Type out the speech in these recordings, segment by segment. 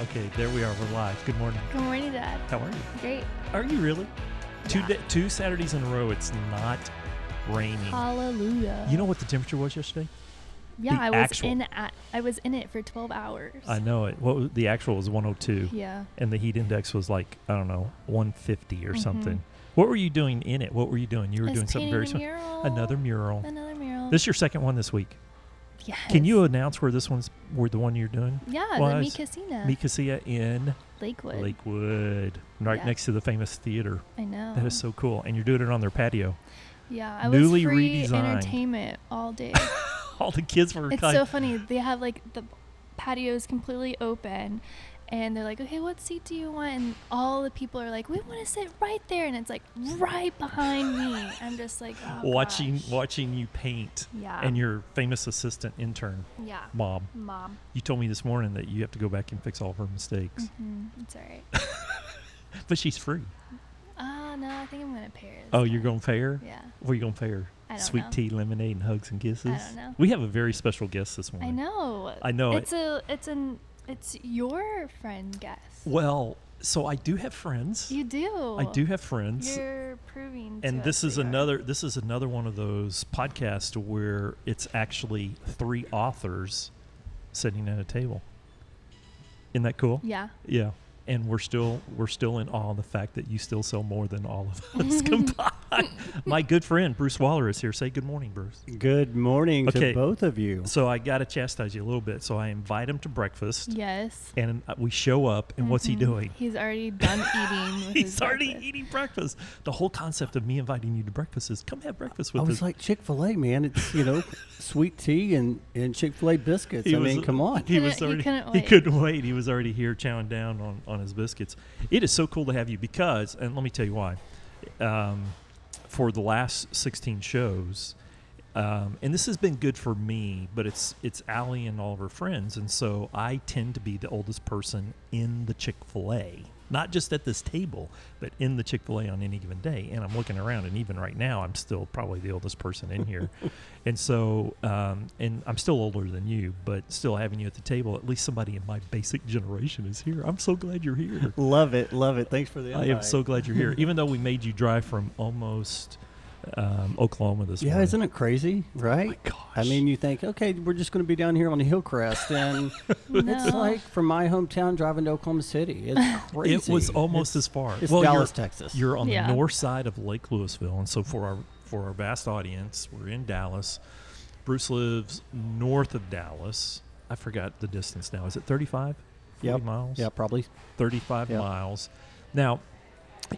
Okay, there we are. We're live. Good morning. Good morning, Dad. How are you? Great. Are you really? Two Yeah. da two Saturdays in a row. It's not raining. Hallelujah. You know what the temperature was yesterday? yeah, the I was actual- in at, I was in it for 12 hours. I know it. What was, the actual was 102, Yeah. and the heat index was like I don't know 150 or Mhm. something. What were you doing in it? What were you doing? You were I was doing something painting very a similar. mural. Another mural. Another mural. This is your second one this week. yes. Can you uh, announce where this one's where the one you're doing? Yeah, Well, I the Mi was- Casina, Nicosia in Lakewood. Lakewood, right Yeah. next to the famous theater. I know. That is so cool. And you're doing it on their patio. Yeah, I newly was free redesigned. entertainment all day. All the kids were it's like, so funny. They have like the patio is completely open, and they're like, "Okay, what seat do you want?" And all the people are like, "We want to sit right there," and it's like right behind me. I'm just like oh, watching gosh. watching you paint Yeah. and your famous assistant intern Yeah. mom. Mom. You told me this morning that you have to go back and fix all of her mistakes, Mm, Mm-hmm. it's all right. Mm. but she's free. Ah, no, I think I'm gonna pay her. this Oh, you're time. going to pay her? Yeah. What are you going to pay her? I don't Sweet know. tea, lemonade, and hugs and kisses. know. We have a very special guest this I morning. know. I know it- It's a. It's an. It's your friend guess. Well, so I do have friends. You do. I do have friends. You're proving. to and us this that is you are. another this is another one of those podcasts where it's actually three authors sitting at a table isn't that cool Yeah. yeah and we're still we're still in awe of the fact that you still sell more than all of us combined my good friend bruce waller is here say good morning bruce Good morning Okay. to both of you. so i gotta chastise you a little bit so i invite him to breakfast Yes. and uh, we show up and what's he Mhm. doing He's already done eating. With He's his already breakfast. eating breakfast. The whole concept of me inviting you to breakfast is come have breakfast with I us. was like Chick Fil A, man. It's you know sweet tea and, and Chick Fil A biscuits. He I was- mean, come on. He was couldn't- he already, he couldn't wait. couldn't wait. He was already here chowing down on, on his biscuits. It is so cool to have you because, and let me tell you why. Um, for the last 16 shows, um, and this has been good for me, but it's it's Allie and all of her friends, and so I tend to be the oldest person in the Chick Fil A, not just at this table, but in the Chick Fil A on any given day. And I'm looking around, and even right now, I'm still probably the oldest person in here, and so um, and I'm still older than you, but still having you at the table, at least somebody in my basic generation is here. I'm so glad you're here. Love it, love it. Thanks for the. I Invite. am so glad you're here, even though we made you drive from almost um, Oklahoma this Yeah, morning. Oh isn't it crazy, right? gosh. I mean, you think, okay, we're just going to be down here on the Hillcrest, and No. it's like from my hometown driving to Oklahoma City. It's crazy. It was almost as far. It's you're- Dallas, Texas. You're, on Yeah. the north side of Lake Louisville, and so for our for our vast audience, we're in Dallas. Bruce lives north of Dallas. I forgot the distance now. Is it 35? 40 Yep. miles? yeah, probably. 35 Yep. miles. Now,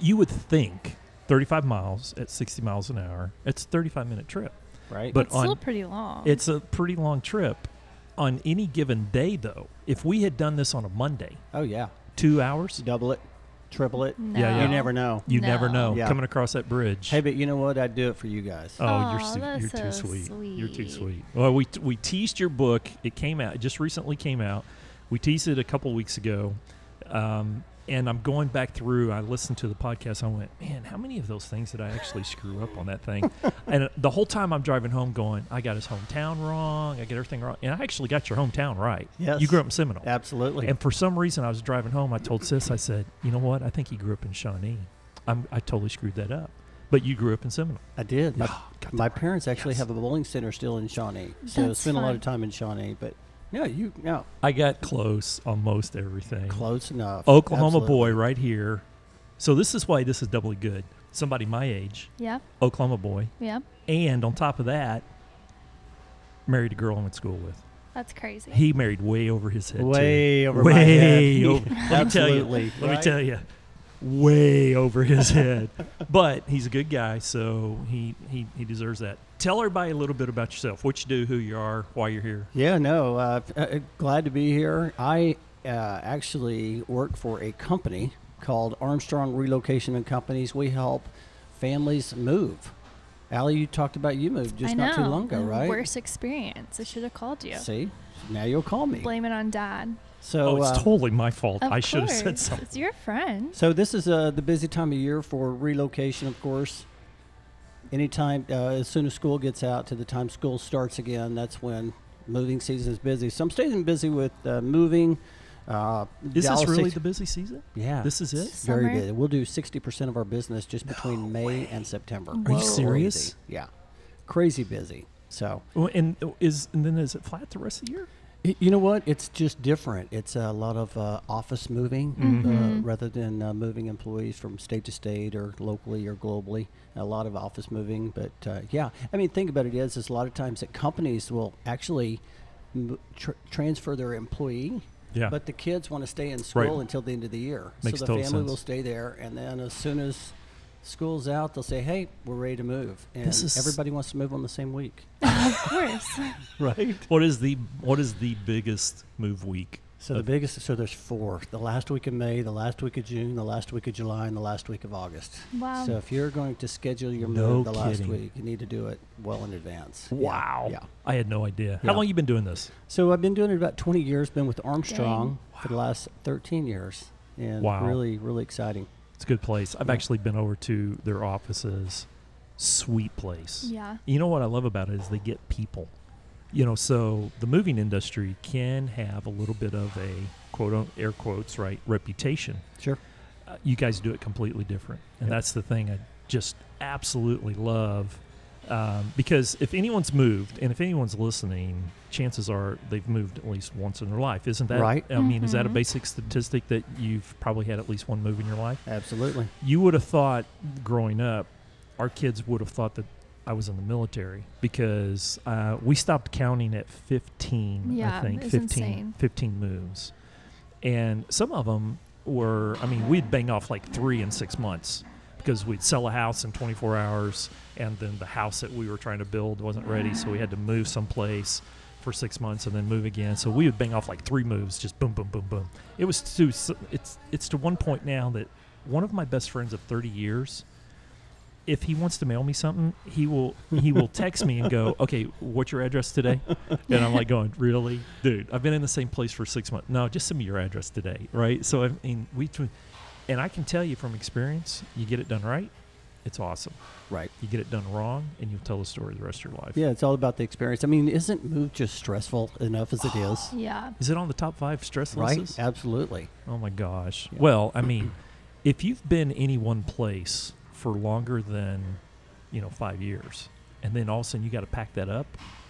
you would think 35 miles at 60 miles an hour, it's a 35 minute trip. Right. But It's on still pretty long. it's a pretty long trip. On any given day, though, if we had done this on a Monday, oh yeah, two hours, double it, triple it. No. yeah, yeah. You never know. you never No. know. Yeah. Coming across that bridge. Hey, but you know what? I'd do it for you guys. Oh, you're, Aw, su- that's you're too so sweet. You're too sweet. sweet. Well, we, we teased your book. It came out, it just recently came out. We teased it a couple weeks ago. Um, and I'm going back through. I listened to the podcast. I went, man, how many of those things did I actually screw up on that thing? and uh, the whole time I'm driving home, going, I got his hometown wrong. I got everything wrong. And I actually got your hometown right. Yes. You grew up in Seminole. Absolutely. And for some reason, I was driving home. I told sis, I said, you know what? I think he grew up in Shawnee. I'm, I totally screwed that up. But you grew up in Seminole. I did. My, Ah, got that my right. parents actually Yes. have a bowling center still in Shawnee, so I That's spent a lot fun. of time in Shawnee. But no, you no I got close on most everything. close enough. Oklahoma Absolutely. boy right here. So this is why this is doubly good. Somebody my age, Yeah. Oklahoma boy, Yeah. and on top of that, married a girl I went to school with. That's crazy. He married way over his head. too. Way over my way head. over. Let me tell you. Absolutely. Let me right? tell you, way over his head. But he's a good guy, so he he he deserves that. Tell everybody a little bit about yourself. What you do, who you are, why you're here. Yeah, no. Uh, f- uh, uh, glad to be here. I uh, actually work for a company called Armstrong Relocation and Companies. We help families move. Allie, you talked about you moved just I not too know. long ago, The right? Worst experience. I should have called you. See, now you'll call me. Blame it on Dad. So Oh, it's uh, totally my fault. Of I should have said course. something. It's your friend. So this is uh, the busy time of year for relocation, of course. Anytime, uh, as soon as school gets out to the time school starts again, that's when moving season is busy. So I'm staying busy with uh, moving, Uh, Is Dallas this really six- the busy season? yeah, This is it? Summer. very busy. We'll do sixty percent of our business just between May and September. Are you Whoa. serious? Yeah, crazy busy. So Well, and uh, is and then is it flat the rest of the year? Y- You know what? It's just different. It's a lot of uh, office moving Mm-hmm. uh, rather than uh, moving employees from state to state or locally or globally. A lot of office moving, but uh, yeah, I mean, think about it. Is is a lot of times that companies will actually m- tr- transfer their employee. Yeah. But the kids want to stay in school until the end of the year, Makes so the total family will sense. stay there, and then as soon as school's out, they'll say, "Hey, we're ready to move," and This is- everybody wants to move on the same week. of course. Right. What is the what is the biggest move week? So the of- biggest, so there's four: the last week of May, the last week of June, the last week of July, and the last week of August. Wow. So if you're going to schedule your No move the last kidding. week, you need to do it well in advance. Yeah, Wow. Yeah. I had no idea. Yeah. How long you been doing this? So I've been doing it about 20 years. Been with Armstrong for the last 13 years, and Wow. really, really exciting. It's a good place. I've actually been over to their offices. Sweet place. yeah. You know what I love about it is they get people. You know, so the moving industry can have a little bit of a quote un- air quotes right reputation. Sure. Uh, you guys do it completely different, and Yep. that's the thing I just absolutely love. Um, because if anyone's moved, and if anyone's listening, chances are they've moved at least once in their life, isn't that Right. I mean, is that a Mhm. basic statistic that you've probably had at least one move in your life? Absolutely. you would have thought growing up, our kids would have thought that I was in the military because uh, we stopped counting at 15, I Yeah, think, it's 15, insane. 15 moves. And some of them were, I mean, we'd bang off like three in six months because we'd sell a house in 24 hours and then the house that we were trying to build wasn't ready. So we had to move someplace for six months and then move again. So we would bang off like three moves, just boom, boom, boom, boom. It was to s- it's it's to one point now that one of my best friends of 30 years, if he wants to mail me something, he will he will text me and go, "Okay, what's your address today?" And I'm like going, "Really, dude? I've been in the same place for six months. No, just send me your address today, right?" So I mean, we tw- and I can tell you from experience, you get it done right, it's awesome. Right. You get it done wrong, and you'll tell the story the rest of your life. Yeah, it's all about the experience. I mean, isn't move just stressful enough as it is? Yeah. Is it on the top five stress Right. lists? Absolutely. Oh my gosh. Yeah. Well, I mean, if you've been any one place for longer than, you know, five years, and then all of a sudden you got to pack that up,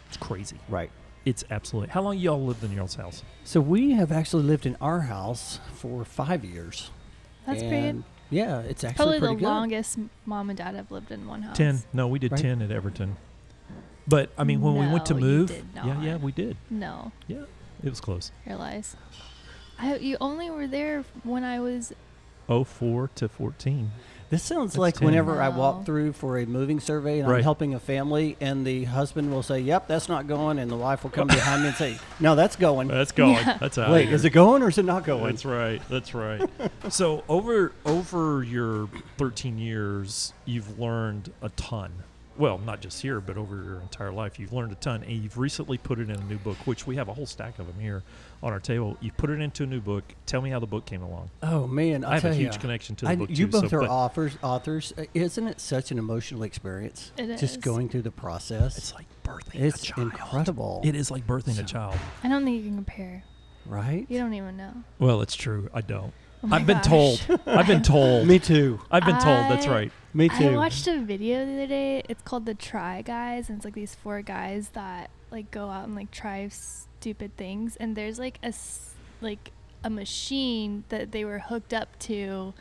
it's crazy. Right. It's absolutely. How long y'all lived in y'all's house? So we have actually lived in our house for five years. That's pretty And, Yeah, it's actually Probably the pretty good. longest m- mom and dad have lived in one house. Ten. No, we did Right. ten at Everton. But I mean, when we went to No, you move, did yeah, not. yeah, we did. No, Yeah, it was close. your lies. I, you only were there when I was. Oh four to fourteen. This sounds That's like ten. whenever I walk Wow. through for a moving survey and I'm Right. helping a family, and the husband will say, "Yep, that's not going," and the wife will come behind me and say, "No, that's going." That's going. Yeah. That's out. Wait, is it going or is it not going? That's right. That's right. so over over your 13 years, you've learned a ton. Well, not just here, but over your entire life, you've learned a ton, and you've recently put it in a new book, which we have a whole stack of them here on our table. You put it into a new book. Tell me how the book came along. Oh man, I'll I have tell a huge ya. connection to the I- book. You too, both so, are but authors. Authors, Uh, isn't it such an emotional experience? It is. Just going through the process. It's like birthing a It's child. incredible. It is like birthing So- a child. I don't think you can compare. right? You don't even know. Well, it's true. I don't. Oh my I've been gosh. told. I've been told. Me too. I've been told. That's I- right. Me too. I watched a video the other day. It's called the Try Guys, and it's like these four guys that like go out and like try stupid things. And there's like a s- like a machine that they were hooked up to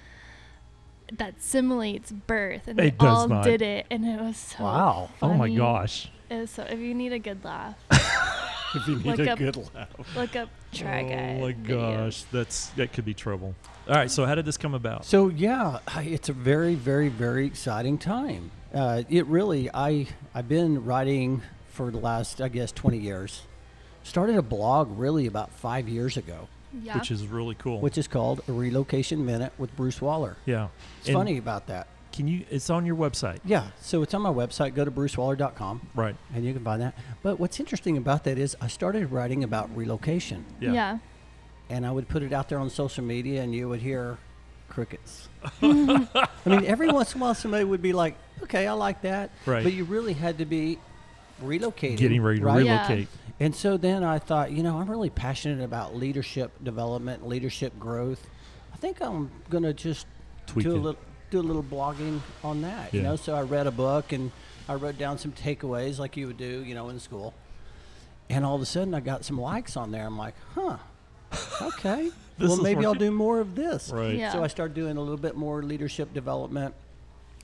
that simulates birth, and It they does all not. did it, and it was so Wow. Oh my funny. gosh. It was so if you need a good laugh, If you need Look a up- good laugh. look up Try Guys. Oh my gosh, that's that could be trouble. All right, so how did this come about? So yeah, I- it's a very, very, very exciting time. Uh, it really, I I've been writing for the last, I guess, 20 years. Started a blog really about five years ago, Yeah. Which is really cool. which is called a Relocation Minute with Bruce Waller. yeah, It's And funny about that. Can you? It's on your website, Yeah, so it's on my website. Go to brucewaller.com right? and you can find that. But what's interesting about that is I started writing about relocation, yeah. and I would put it out there on social media, and you would hear crickets. I mean, every once in a while, somebody would be like, "Okay, I like that," Right. But you really had to be relocating, Getting ready to right? Yeah. relocate. And so then I thought, you know, I'm really passionate about leadership development, leadership growth. I think I'm going to just Tweak do a it. little do a little blogging on that, you Yeah. know. So I read a book and I wrote down some takeaways like you would do, you know, in school. And all of a sudden I got some likes on there. I'm like, "Huh. Okay. This well, is maybe I'll working. do more of this." Right. Yeah. So I started doing a little bit more leadership development.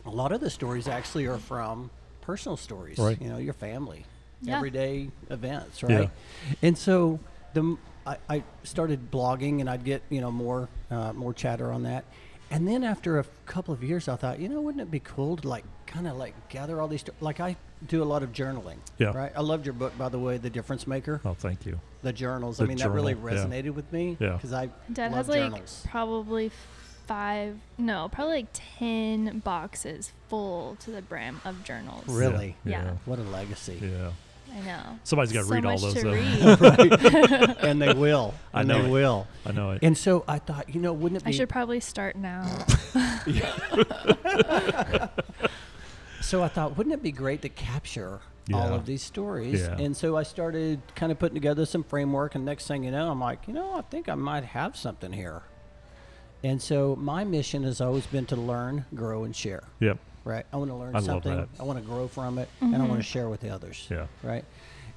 A lot of the stories actually are from personal stories, Right. you know, your family, Yeah. everyday events, Yeah. right? And so the m- I, I started blogging, and I'd get you know more uh, more chatter on that. And then after a f- couple of years, I thought, you know, wouldn't it be cool to like kind of like gather all these sto- like I do a lot of journaling, Yeah. right? I loved your book, by the way, The Difference Maker, Oh, thank you. the journals. I The mean, that really journal, yeah. resonated with me Yeah. because I Dad love has like journals. probably five, no, probably like 10 boxes full to the brim of journals. Really? Yeah. What a legacy. Yeah. yeah. I know. Somebody's got to So read all much those. uh, to though. read. Right. and they will. I and know they it. will. I know it. And so I thought, you know, wouldn't it be I should probably start now. So I thought, wouldn't it be great to capture all Yeah. of these stories? Yeah. And so I started kind of putting together some framework. And next thing you know, I'm like, you know, I think I might have something here. And so my mission has always been to learn, grow, and share. Yep. Right? I want to learn I love something. that. I want to grow from it, and I want to share with the others. Yeah. Right?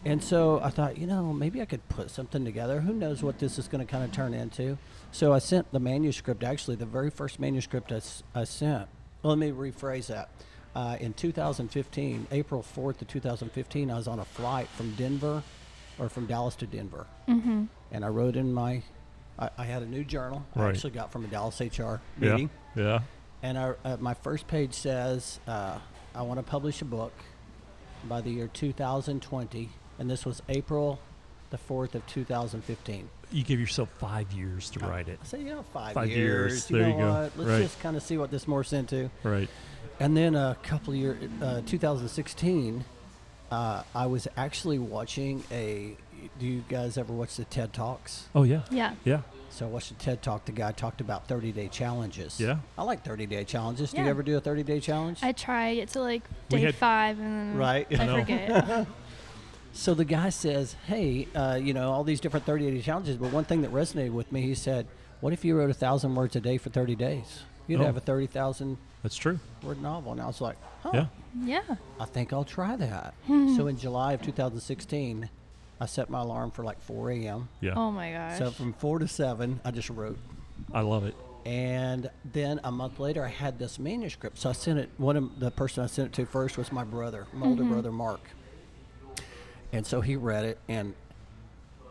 And so I thought, you know, maybe I could put something together. Who knows what this is going to kind of turn into? So I sent the manuscript, actually, the very first manuscript I, s- I sent. Well, let me rephrase that. Uh, in 2015, April 4th of 2015, I was on a flight from Denver or from Dallas to Denver. Mm-hmm. And I wrote in my, I, I had a new journal I Right. actually got from a Dallas HR Yeah. meeting. Yeah. And I, uh, my first page says, uh, I want to publish a book by the year 2020. And this was April the 4th of 2015. You give yourself five years to write it. I say, you know, five, Five years. years. You There know you go. what? Let's Right. just kind of see what this morphs into. Right. And then a couple year, uh, 2016, uh, I was actually watching a. Do you guys ever watch the TED Talks? Oh yeah. yeah. Yeah. So I watched a TED Talk. The guy talked about 30 day challenges. Yeah. I like 30 day challenges. Do you Yeah. ever do a 30 day challenge? I try it to like We day had- five and then Right. I No. forget. So the guy says, "Hey, uh, you know all these different 30-day challenges, but one thing that resonated with me, he said, "What if you wrote a thousand words a day for 30 days? You'd Oh. have a 30,000 That's true. word novel." And I was like, "Huh, Yeah. yeah. I think I'll try that." so in July of 2016, I set my alarm for like 4 a.m. Yeah. Oh my gosh. So from 4 to 7, I just wrote. I love it. And then a month later, I had this manuscript. So I sent it. One of the person I sent it to first was my brother, my older brother Mark. And so he read it, and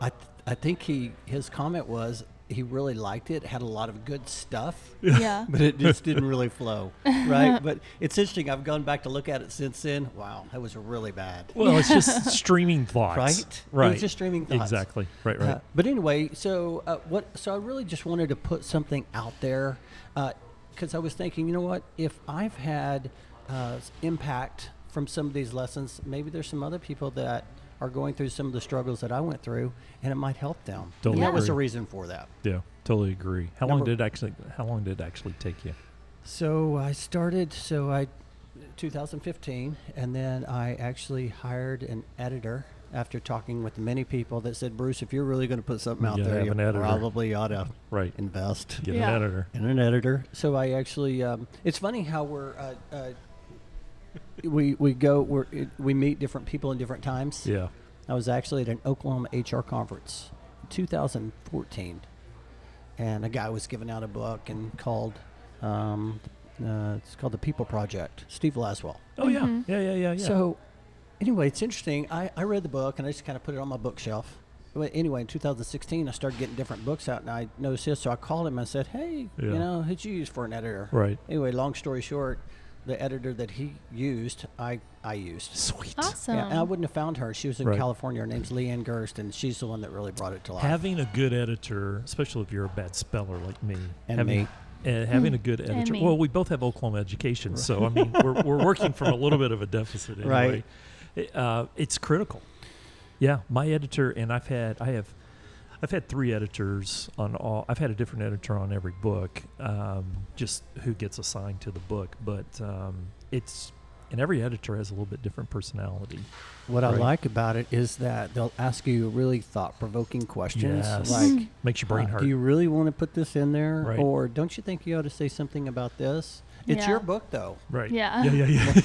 I, th- I think he his comment was he really liked it. Had a lot of good stuff, yeah. but it just didn't really flow, right? But it's interesting. I've gone back to look at it since then. Wow, that was really bad. Well, it's just streaming thoughts. Right? It was Right. just streaming thoughts. Exactly. Right. Right. Uh, but anyway, so uh, what? So I really just wanted to put something out there because I was thinking, you know what? If I've had uh, s- impact from some of these lessons, maybe there's some other people that are going through some of the struggles that I went through, and it might help them. Totally And that was the agree. reason for that. yeah. Totally agree. How long Number- did it actually? How long did it actually take you? So I started. So I, 2015, and then I actually hired an editor. After talking with many people that said, Bruce, if you're really going to put something out You gotta there, have you an editor." probably ought to Right. invest. Get Yeah. an editor. and an editor. So I actually, um, it's funny how we're, uh, uh, we we go we're, it, we meet different people in different times. Yeah. I was actually at an Oklahoma HR conference, 2014, and a guy was giving out a book and called, um, uh, it's called the People Project. Steve Laswell. Oh yeah. Mm-hmm. Yeah. Yeah. Yeah. Yeah. So, anyway, it's interesting. I, I read the book and I just kind of put it on my bookshelf. But anyway, in 2016, I started getting different books out, and I noticed this, so I called him and I said, "Hey, you Yeah. know, who'd you use for an editor?" Right. Anyway, long story short, the editor that he used, I I used. Sweet. Awesome. Yeah, and I wouldn't have found her. She was in Right. California. Her name's Leanne Gerst, and she's the one that really brought it to life. Having a good editor, especially if you're a bad speller like me, And having, me. uh, having a good editor. me. Well, we both have Oklahoma education, so I mean, we're, we're working from a little bit of a deficit anyway. Right. Right. Uh, it's critical. Yeah, my editor and I've had I have I've had three editors on all. I've had a different editor on every book, um, just who gets assigned to the book. But um, it's and every editor has a little bit different personality. What I Right. like about it is that they'll ask you really thought provoking questions Yes. like, Makes your brain uh, hurt. do you really want to put this in there? Right. Or don't you think you ought to say something about this? It's your Yeah. book, though. right. Yeah. Yeah. Yeah. yeah.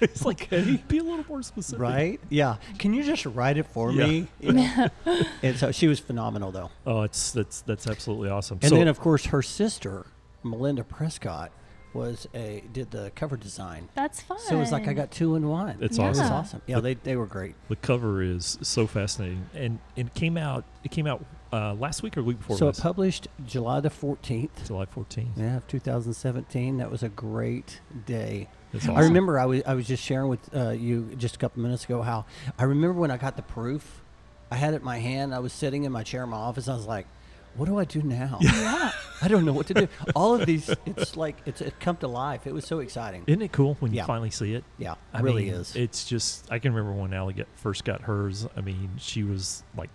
it's like be a little more specific. Right? Yeah. Can you just write it for Yeah. me? You know? and so she was phenomenal, though. Oh, it's that's that's absolutely awesome. And so, then, of course, her sister, Melinda Prescott, was a did the cover design. That's fun. So it was like I got two in one. It's It was awesome. awesome. Yeah, they, they were great. the cover is so fascinating, and and it came out it came out uh, last week or the week before. So it last? published July the 14th. July 14th. Yeah, of 2017. That was a great day. That's awesome. I remember I was I was just sharing with uh, you just a couple minutes ago how I remember when I got the proof, I had it in my hand. I was sitting in my chair in my office. I was like, "What do I do now? Yeah. I don't know what to do." All of these, it's like it's it come to life. It was so exciting. Isn't it cool when you Yeah. finally see it? yeah, it I really mean, is. It's just I can remember when Allie got, first got hers. I mean, she was like,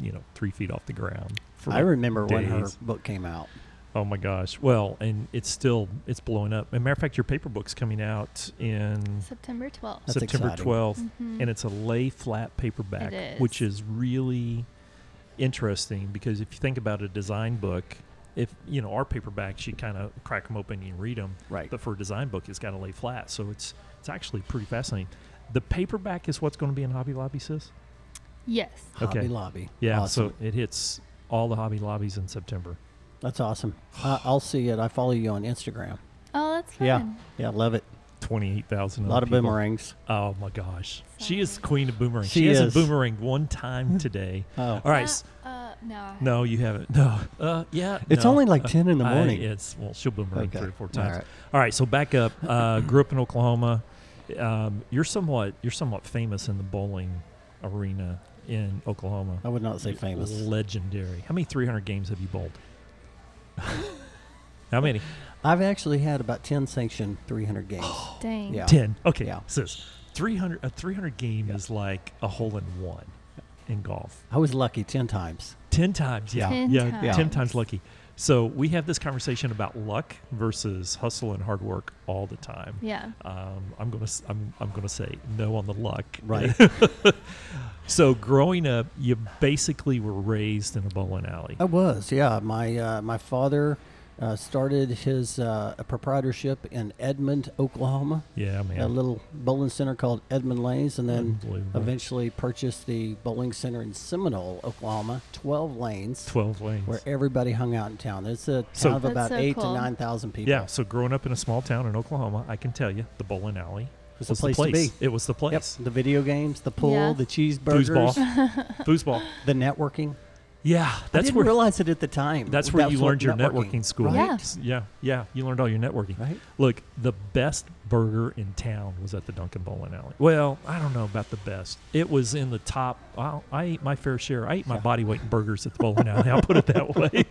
you know, three feet off the ground. For I like remember when her days. book came out. Oh my gosh! Well, and it's still it's blowing up. As a matter of fact, your paper book's coming out in September 12th. That's September exciting. 12th, Mhm. and it's a lay flat paperback, It is. which is really interesting because if you think about a design book, if you know our paperbacks, you kind of crack them open and you read them, Right. but for a design book, it's got to lay flat, so it's it's actually pretty fascinating. The paperback is what's going to be in Hobby Lobby, sis. Yes. Okay. Hobby Lobby. Yeah, awesome. so it hits all the Hobby Lobbies in September. that's awesome. I I'll see it. I follow you on Instagram. Oh, that's fun. Yeah, yeah, love it. Twenty-eight thousand. A lot of boomerangs. Oh my gosh, she is the queen of boomerang. She, She hasn't is. boomeranged one time today. Oh. All right. Uh, s- uh, no. I- No, you haven't. No. Uh, yeah. It's no. only like Uh, 10 in the I- morning. it's well, she'll boomerang Okay. three or four All times. All right. right. so back up. Uh, grew up in Oklahoma. Um, you're somewhat you're somewhat famous in the bowling arena in Oklahoma. I would not say famous. Legendary. How many 300 games have you bowled? How many? I've actually had about 10 sanctioned 300 games. Dang. Yeah. 10. Okay. Yeah. Sis, 300 a 300 game is like a hole in one in golf. I was lucky 10 times. 10 times yeah Ten yeah times. 10 times lucky so we have this conversation about luck versus hustle and hard work all the time Yeah. um, i'm gonna s- I'm, I'm gonna say no on the luck Right. so growing up you basically were raised in a bowling alley I was, yeah. My, uh, my father uh, started his uh, a proprietorship in Edmond, Oklahoma, yeah a man little bowling center called Edmond Lanes, and then Unbelievable. eventually purchased the bowling center in Seminole, Oklahoma, 12 lanes. 12 lanes Where everybody hung out in town. It's a town So- of That's about so eight cool. to nine thousand people. yeah so growing up in a small town in oklahoma i can tell you the bowling alley was the place to be. it was the Yep. place The video games, the pool, Yeah. the foosball cheeseburgers, foosball the networking. yeah I that's didn't where realize it at the time. That's where That you was learned your networking, school. Right? Yeah. yeah, yeah. You learned all your networking. Right. Look, the best burger in town was at the Dunkin' Bowling Alley. Well, I don't know about the best. It was in the top. I, I ate my fair share. I ate my body weight in burgers at the bowling alley. I'll put it that way.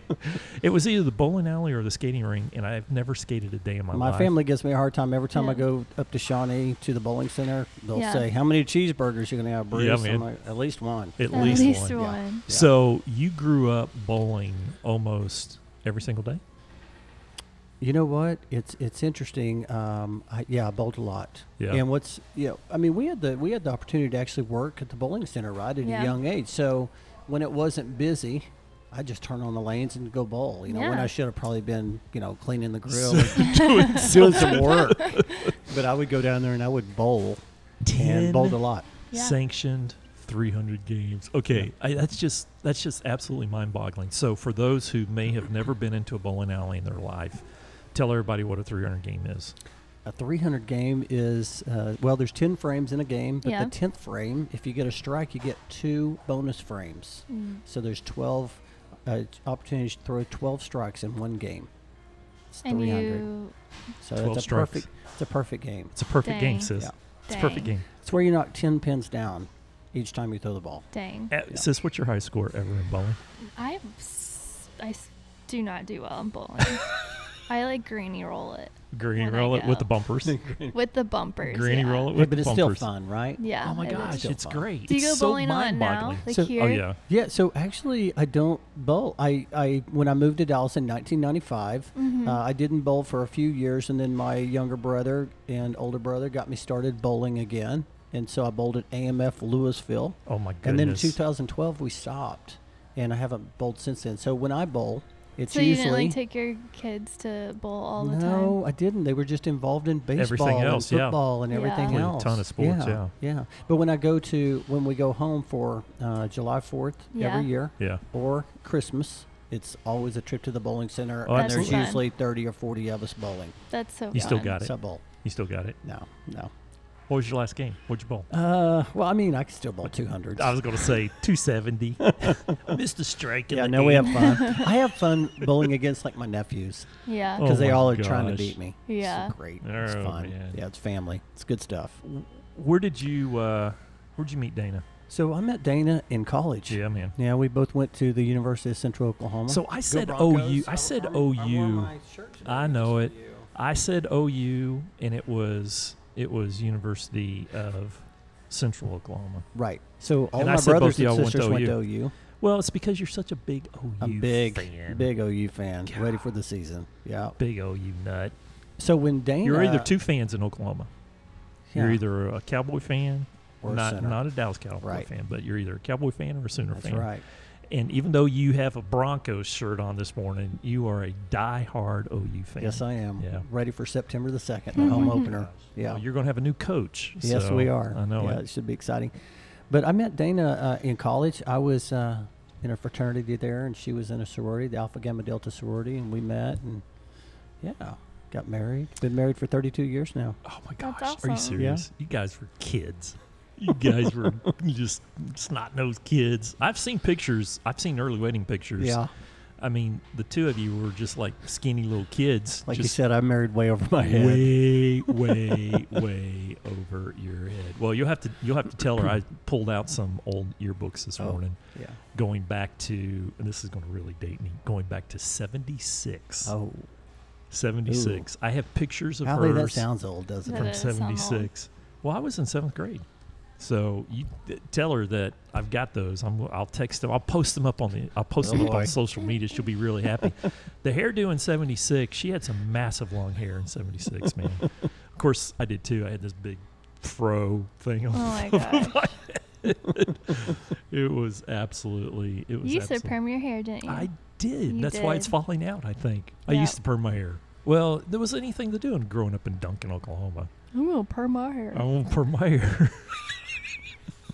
it was either the bowling alley or the skating ring, and I've never skated a day in my, My life. family gives me a hard time every time I Yeah. go up to Shawnee to the bowling center. They'll Yeah. say, "How many cheeseburgers you gonna have, Bruce?" Yeah, I'm man. like, "At least one." at At least, one. Yeah. one. Yeah. So you grew up bowling almost every single day. You know what? It's it's interesting. Um, I, yeah, I bowled a lot. Yeah. And what's you know, I mean, we had the we had the opportunity to actually work at the bowling center right at Yeah. a young age. So when it wasn't busy, I just turn on the lanes and go bowl. You know, when Yeah. I should have probably been you know cleaning the grill, doing, doing some work. but I would go down there and I would bowl and bowled a lot. Yeah. sanctioned 300 games. Okay, I, that's just that's just absolutely mind-boggling. So for those who may have never been into a bowling alley in their life, tell everybody what a 300 game is. A 300 game is uh, well, there's 10 frames in a game, but Yeah. the 10th frame, if you get a strike, you get two bonus frames. Mm. So there's 12 uh, opportunities to throw 12 strikes in one game. It's And 300. you. so 12 it's a strikes. perfect it's a perfect game. It's a perfect game, Dang. sis. Yeah. It's a perfect dang, game. It's where you knock 10 pins down each time you throw the ball. Dang. Uh, Sis, what's your high score ever in bowling? I, s- I s- do not do well in bowling. I like greeny roll it Granny When I roll it with the go. bumpers. with the bumpers. Granny yeah. Hmm. roll it Yeah, with but the it's still bumpers. fun, right? Yeah. Oh my it is. gosh, still it's fun. great. Do you it's go so bowling a lot now? mind-boggling. Like So- oh, here? Oh yeah. Yeah, so actually, I don't bowl. I, I when I moved to Dallas in 1995, Mm-hmm. uh, I didn't bowl for a few years, and then my younger brother and older brother got me started bowling again, and so I bowled at AMF Louisville, Oh my and then in goodness. 2012 we stopped, and I haven't bowled since then. So when I bowl, it's So you didn't usually like take your kids to bowl all the no, I didn't. They were just involved in baseball, Everything else, and yeah. football, and Yeah. everything Played a else. ton of sports, yeah. yeah. But when I go to when we go home for uh, July Fourth Yeah. every year Yeah. or Christmas, it's always a trip to the bowling center, Oh, and there's absolutely. usually thirty or forty of us bowling. time? That's so You still fun. got it. So bowl? You still got it. No, no. What was your last game? What'd you bowl? Uh, well, I mean, I can still bowl two hundreds. I was going to say 270. Missed a strike. in Yeah, the no, we game. have fun. I have fun bowling against like my nephews Yeah. Oh because they my all are trying to gosh. beat me. Yeah. it's great. it's Oh, fun. man. Yeah, it's family. It's good stuff. Where did you uh, Where'd you meet Dana? So I met Dana in college. Yeah, man. Yeah, we both went to the University of Central Oklahoma. So I said OU. I said OU. I know it. I said OU, and it was it was University of Central Oklahoma. right. So all And I my said both brothers of y'all and went to sisters went to OU. OU. Well, it's because you're such a big OU A big, fan. big OU fan, ready for the season. Yeah. big OU nut. So when Dana, You're either two fans in Oklahoma. You're Yeah. either a Cowboy fan, Or a not Sooner. not a Dallas Cowboy Right. fan, but you're either a Cowboy fan or a Sooner That's fan. right. And even though you have a Broncos shirt on this morning, you are a diehard OU fan. Yes, I am. Yeah. Ready for September the second, the home opener. Yeah. Well, you're going to have a new coach. yes, so we are. I know Yeah, it. it should be exciting. But I met Dana uh, in college. I was uh, in a fraternity there, and she was in a sorority, the Alpha Gamma Delta sorority, and we met, and yeah, got married. Been married for 32 years now. Oh my gosh, That's are you awesome. Yeah. serious? You guys were kids. You guys were just snot nosed kids. I've seen pictures. I've seen early wedding pictures. Yeah, I mean, the two of you were just like skinny little kids. like you just said, I married way over my head. way, way, way over your head. Well, you'll have to you'll have to tell her. I pulled out some old yearbooks this Oh. morning, Yeah. going back to and this is going to really date me. Going back to seventy six. Oh, 76. I have pictures of Allie, hers that sounds old, doesn't That from it? is somewhat. 76. Well, I was in seventh grade. So you th- tell her that I've got those. I'm, I'll text them. I'll post them up on the. I'll post them up Oh, boy. on social media. She'll be really happy. the hairdo in '76. She had some massive long hair in '76, man. of course, I did too. I had this big fro thing on. Oh my gosh. It was absolutely. It was. you used to absolute- perm your hair, didn't you? I did. You That's why it's did. falling out. I think I Yeah. used to perm my hair. Well, there was anything to do in growing up in Duncan, Oklahoma. I'm gonna perm my hair. I won't perm Oh, my hair.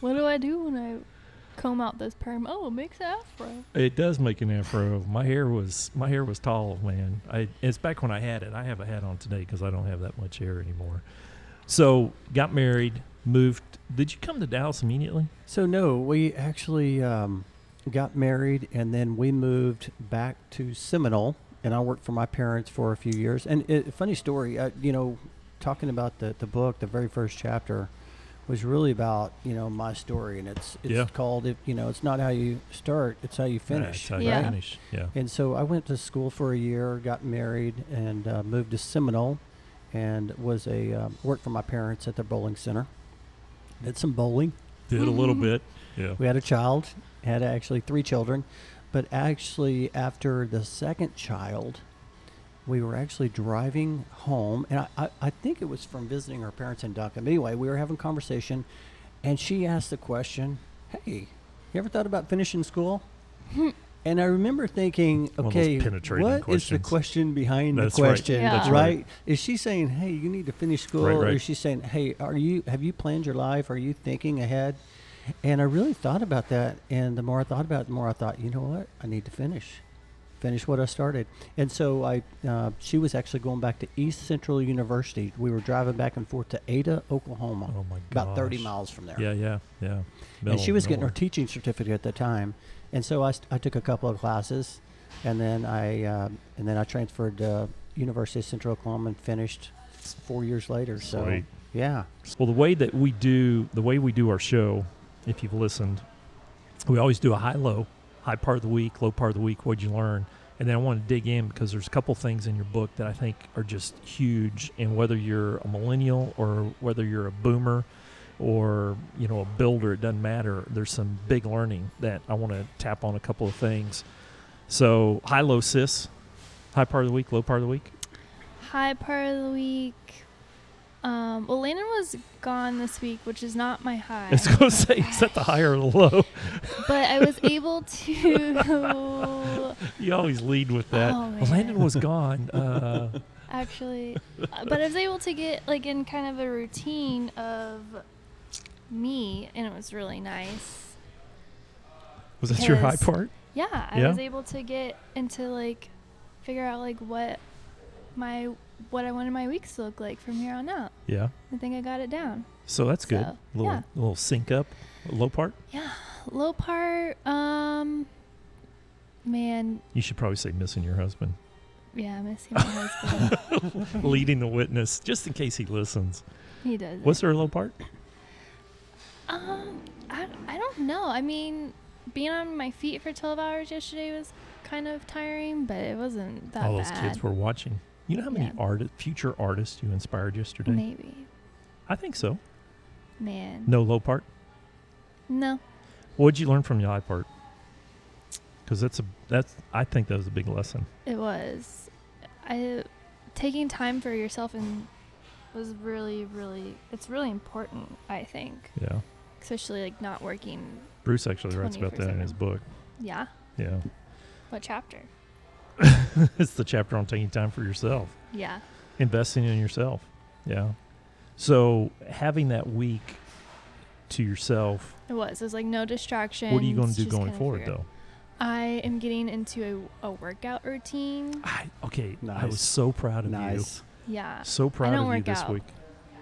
What do I do when I comb out this perm? Oh, it makes an afro. It does make an afro. My hair was my hair was tall, man. I it's back when I had it. I have a hat on today because I don't have that much hair anymore. So got married, moved. Did you come to Dallas immediately? So no, we actually um, got married, and then we moved back to Seminole, and I worked for my parents for a few years. And it, funny story, uh, you know, talking about the the book, the very first chapter was really about you know my story, and it's it's Yeah. called it, you know it's not how you start, it's how you finish. Yeah. Yeah. Finish. Yeah. And so I went to school for a year, got married, and uh, moved to Seminole, and was a um, worked for my parents at their bowling center. Did some bowling. Did a little bit. Yeah. We had a child, had actually three children, but actually after the second child, we were actually driving home, and I, I, I think it was from visiting her parents in Duncan. But anyway, we were having conversation, and she asked the question, "Hey, you ever thought about finishing school?" and I remember thinking, One of those "Okay, what is penetrating the questions. question behind That's the right. question? Yeah. That's right. Is she saying, "Hey, you need to finish school," Right, or right. is she saying, "Hey, are you have you planned your life? Are you thinking ahead?" And I really thought about that, and the more I thought about it, the more I thought, you know what, I need to finish, finish what I started. And so I, uh, she was actually going back to East Central University. We were driving back and forth to Ada, Oklahoma, Oh my god. about 30 miles from there. Yeah, yeah, yeah. and she Middle- was getting her nowhere. teaching certificate at the time, and so I, st- I took a couple of classes, and then I, uh, and then I transferred to University of Central Oklahoma and finished four years later. So Sweet. yeah, Well, the way that we do the way we do our show, if you've listened, we always do a high low, high part of the week, low part of the week. What'd you learn? And then I want to dig in because there's a couple things in your book that I think are just huge. And whether you're a millennial or whether you're a boomer or you know a builder, it doesn't matter. There's some big learning that I want to tap on a couple of things. So high, low, sis, high part of the week, low part of the week. High part of the week. Um, well, Landon was gone this week, which is not my high. I was going to say, is that the high or the low? but I was able to You always lead with that. Oh, well, Landon man. was gone. Uh, actually, uh, but I was able to get like in kind of a routine of me, and it was really nice. was that your high Yes. part? Yeah, I Yeah? was able to get into like figure out like what my what I wanted my weeks to look like from here on out. Yeah. I think I got it down. So that's good. So, little yeah. little sync up, low part. Yeah, low part. Um, man, You should probably say missing your husband, yeah, I miss him. my husband. Mm-hmm. leading the witness, just in case he listens. He does. Was there a low part? Um, I, I don't know. I mean, being on my feet for 12 hours yesterday was kind of tiring, but it wasn't that All bad. those kids were watching. You know how many Yeah. arti- future artists you inspired yesterday? Maybe. I think so. Man. No low part. No. What would you learn from your high part? Because that's a that's I think that was a big lesson. It was. I taking time for yourself and was really, really. It's really important. I think, Yeah. especially like not working. Bruce actually writes about that in 24/7. his book. Yeah. Yeah. What chapter? it's the chapter on taking time for yourself. Yeah. investing in yourself yeah so having that week to yourself It was. It was like no distractions. what are you going to do just going kinda forward figure- though I am getting into a, a workout routine. I, okay i Nice. was so proud of Nice. Yeah. you so proud don't of you work this out week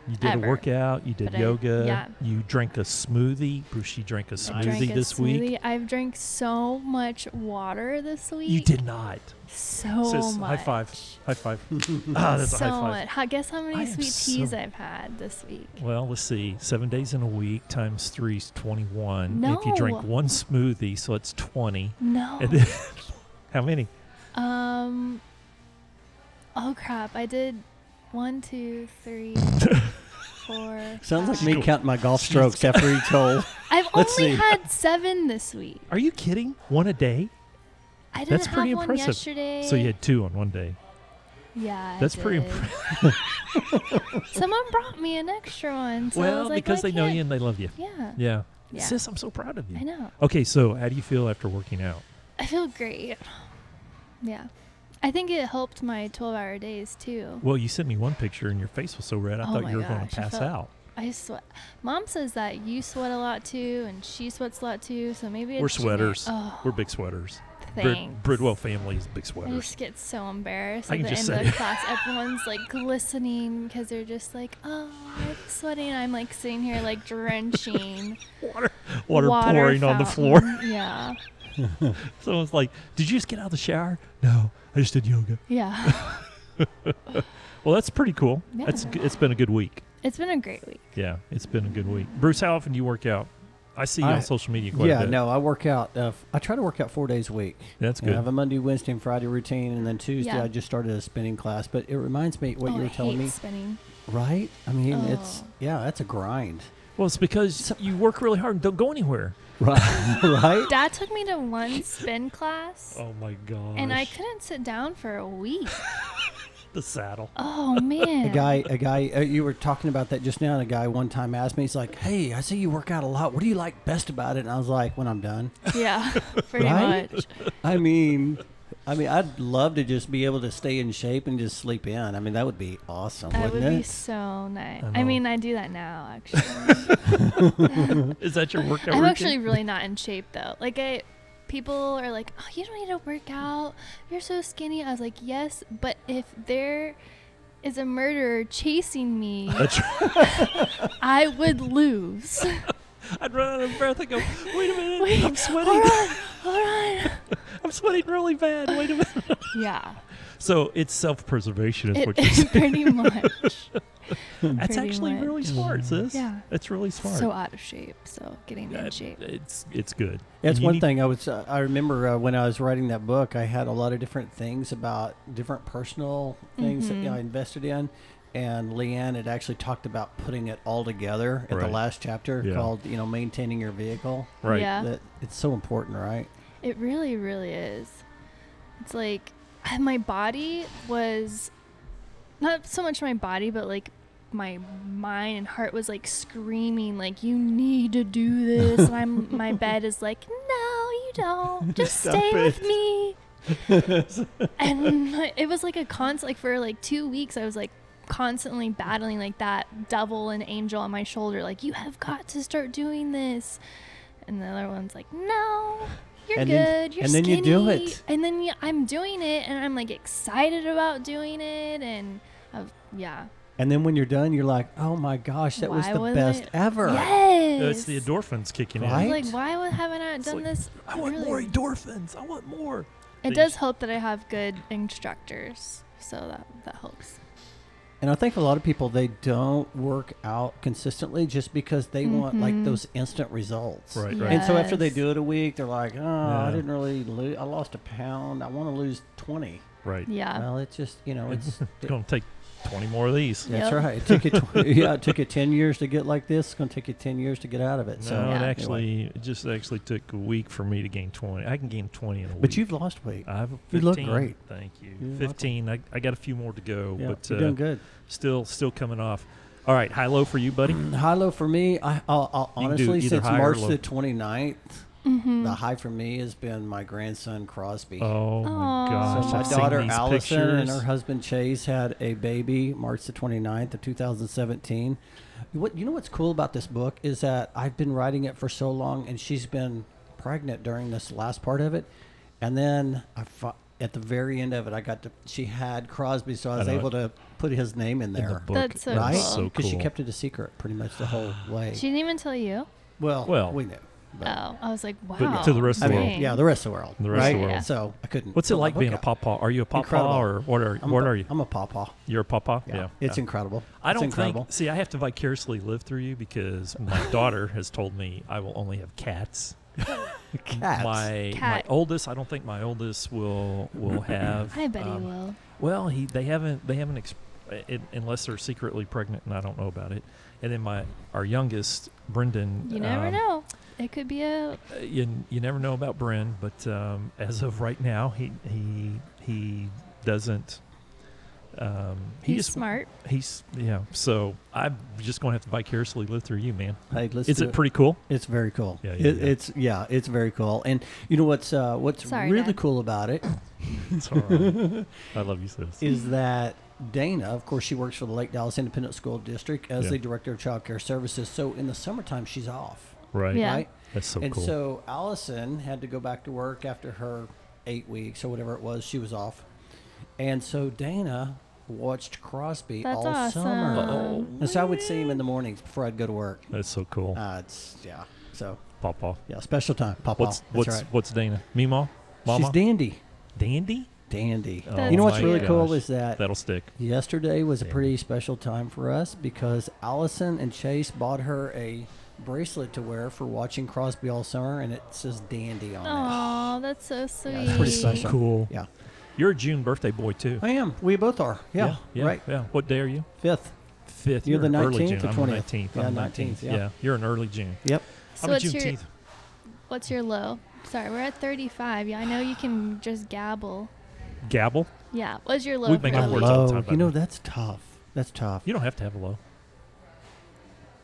you did a ever, workout you did but I- yoga yeah. you drank a smoothie bruce she drank a I smoothie drank a this week smoothie. I've drank so much water this week. you did not so Sis, high much. five. high five ah that's so a high five much. How, guess how many I am sweet so- teas I've had this week? Well, let's see. Seven days in a week times three is 21. If you drink No. one smoothie, so it's 20. No. And then, how many? um. Oh crap! I did one, two, three, four. Sounds like five. me counting my golf strokes after each hole. I've Let's only see. had seven this week. Are you kidding? One a day? I didn't That's have pretty one impressive. yesterday. So you had two on one day. Yeah. I That's pretty did. Someone brought me an extra one. So I well, was like, because "Why they know you can't-" and they love you. Yeah. Yeah. Yeah. Sis, I'm so proud of I you. know. Okay, so how do you feel after working out? I feel great. Yeah. I think it helped my 12 hour days too. Well, you sent me one picture and your face was so red, I Oh thought my you were going gosh, to I pass felt- out. I sweat. Mom says that you sweat a lot too, and she sweats a lot too. So maybe it's We're genetic- sweaters. Oh, We're big sweaters. Brid- thanks. Bridwell family is big I sweaters. just get so embarrassed I at can the just end say of it. class. Everyone's like glistening because they're just like, oh, I'm sweating. And I'm like sitting here like drenching. Water, water, pouring on the floor. fountain. Yeah. Someone's like, Did you just get out of the shower? No, I just did yoga. Yeah. Well, that's pretty cool. Yeah. That's, g- it's been a good week. it's been a great week. Yeah, it's been a good week. Bruce, how often do you work out? I see you I- on social media quite a Yeah, bit. no, I work out. Uh, f- I try to work out four days a week. That's And I good. have a Monday, Wednesday, and Friday routine, and then Tuesday Yeah. I just started a spinning class. But it reminds me what oh, you I were telling hate me, spinning. right? I mean, it's Oh. yeah, that's a grind, Well, it's because you work really hard and don't go anywhere. right? right? Dad took me to one spin class, Oh my god! and I couldn't sit down for a week. the saddle. Oh man! A guy, a guy. Uh, you were talking about that just now. And a guy one time asked me, he's like, "Hey, I see you work out a lot. What do you like best about it?" And I was like, "When I'm done." Yeah, pretty Right? much. I mean, I mean, I'd love to just be able to stay in shape and just sleep in. I mean, that would be awesome, That would wouldn't be it? so nice. I I, know. mean, I do that now actually. Is that your workout? Uh, I'm routine? actually really not in shape though. Like I, people are like, "Oh, you don't need to work out. You're so skinny." I was like, "Yes, but if there is a murderer chasing me, That's I would lose." I'd run out of breath. I go, wait a minute, Wait, I'm sweating. All right, all right. I'm sweating really bad. Wait a minute. Yeah. So it's self preservation, is It- what you're saying. pretty much. That's pretty actually much. really smart, sis. Yeah. That's really smart. So out of shape. So getting Uh, in shape. It's it's good. That's And you one need- thing I was. Uh, I remember uh, when I was writing that book, I had a lot of different things about different personal things that you know, Mhm. I invested in, and Leanne had actually talked about putting it all together at Right. the last chapter Yeah. called you know maintaining your vehicle. Right. Yeah. That it's so important, right? It really, really is. It's like my body was not so much my body, but like my mind and heart was like screaming, like you need to do this. and I'm my bed is like, no, you don't. Just Stop stay with it." me. and my- it was like a constant, like for like two weeks, I was like constantly battling like that devil and angel on my shoulder, like you have got to start doing this. And the other one's like, no, you're And good. then- you're and then you do skinny." it. And then yeah, I'm doing it, and I'm like excited about doing it, and I was, yeah, And then when you're done, you're like, oh my gosh, that was Why the wasn't best it- ever. yes. It's the endorphins kicking I in. Right? was like, why would- haven't I done like, this? I want earlier?" more endorphins. I want more. It Things. does help that I have good instructors, so that that helps. And I think a lot of people they don't work out consistently just because they want like those instant results. Right. Right. And so after they Mm-hmm. Yes. do it a week, they're like, "Oh, I Yeah. didn't really lose. I lost a pound. I want to lose 20." Right. Yeah, well, it's just you know, it's It's gonna take twenty more of these. that's Yep. right. It took you tw- yeah, it took you 10 years to get like this. It's going to take you 10 years to get out of it. No, so it Yeah. anyway. actually it just actually took a week for me to gain twenty. I can gain twenty in a week. But you've lost weight. I have you 15. look great. Thank you. You're welcome. Fifteen. I, I got a few more to go, Yeah, but you're doing uh, good. still still coming off. All right, high low for you, buddy. High low for me, I, I'll, I'll You can do honestly either since high or March low. the 29th, the high for me has been my grandson Crosby. Oh my Aw. gosh! So my I've seen daughter these Allison and pictures. her husband Chase had a baby March the 29th of 2017. What you know what's cool about this book is that I've been writing it for so long and she's been pregnant during this last part of it. And then I fi- at the very end of it I got to she had Crosby so I was know able it. to put his name in in the there. book. That's so That right? is cool. so Because she cool. kept it a secret pretty much the whole way. she didn't even tell you. well, Well, we knew. but- Oh, I was like, wow. to the rest I of the mean, world. dang. yeah, the rest of the world. The rest of the right? world. So I couldn't. What's it put my like book being a out. papa? Are you a papa Incredible. or what are I'm a what pa- are you? I'm a pawpaw. You're a papa. Yeah, It's Yeah. incredible. I It's don't incredible. think. See, I have to vicariously live through you because my daughter has told me I will only have cats. cats. My Cat. my oldest, I don't think my oldest will will have. I bet um, he will. Well, he they haven't they haven't ex- it, unless they're secretly pregnant and I don't know about it. And then my our youngest, Brendan. You never um, know. It could be a uh, you, you never know about Bren, but um, as of right now, he he he doesn't. Um, he he's just smart. he's yeah. So I'm just gonna have to vicariously live through you, man. Hey, let's Is do it pretty cool? It's very cool. Yeah, yeah, It- yeah. It's yeah, it's very cool. And you know what's uh, what's Sorry, really Dad. cool about it It's all right. I love you, sis. is that Dana, of course, she works for the Lake Dallas Independent School District as Yeah. the director of child care services. So in the summertime, she's off, Right. Yeah. right? That's so and Oh, cool. so Allison had to go back to work after her eight weeks or whatever it was. She was off, and so Dana watched Crosby That's all awesome. summer. Oh, And so I would see him in the mornings before I'd go to work. That's so cool. Uh, it's yeah. So Papa. yeah, special time. Pop What's off. That's what's right. what's Dana? Mima? Mama? She's dandy. Dandy? Dandy. Oh you know what's my really cool gosh. is that That'll stick. yesterday was a Yeah. pretty special time for us because Allison and Chase bought her a bracelet to wear for watching Crosby all summer, and it says dandy on Oh, that's so sweet. Yeah, it's pretty special. Cool. it. Yeah. You're a June birthday boy too. I am. We both are. Yeah. yeah, right. Yeah. What day are you? Fifth. Fifth. You're the early 19th June. or I'm the 20th? 19th. Yeah, I'm the 19th, 19th. yeah. You're an early June. Yep. So I'm a what's Juneteenth. your what's your low? Sorry, we're at 35. Yeah, I know you can just gabble. Gabble. Yeah, what's your low? We for make the up week? words all the time, by the You know way. that's tough. That's tough. You don't have to have a low.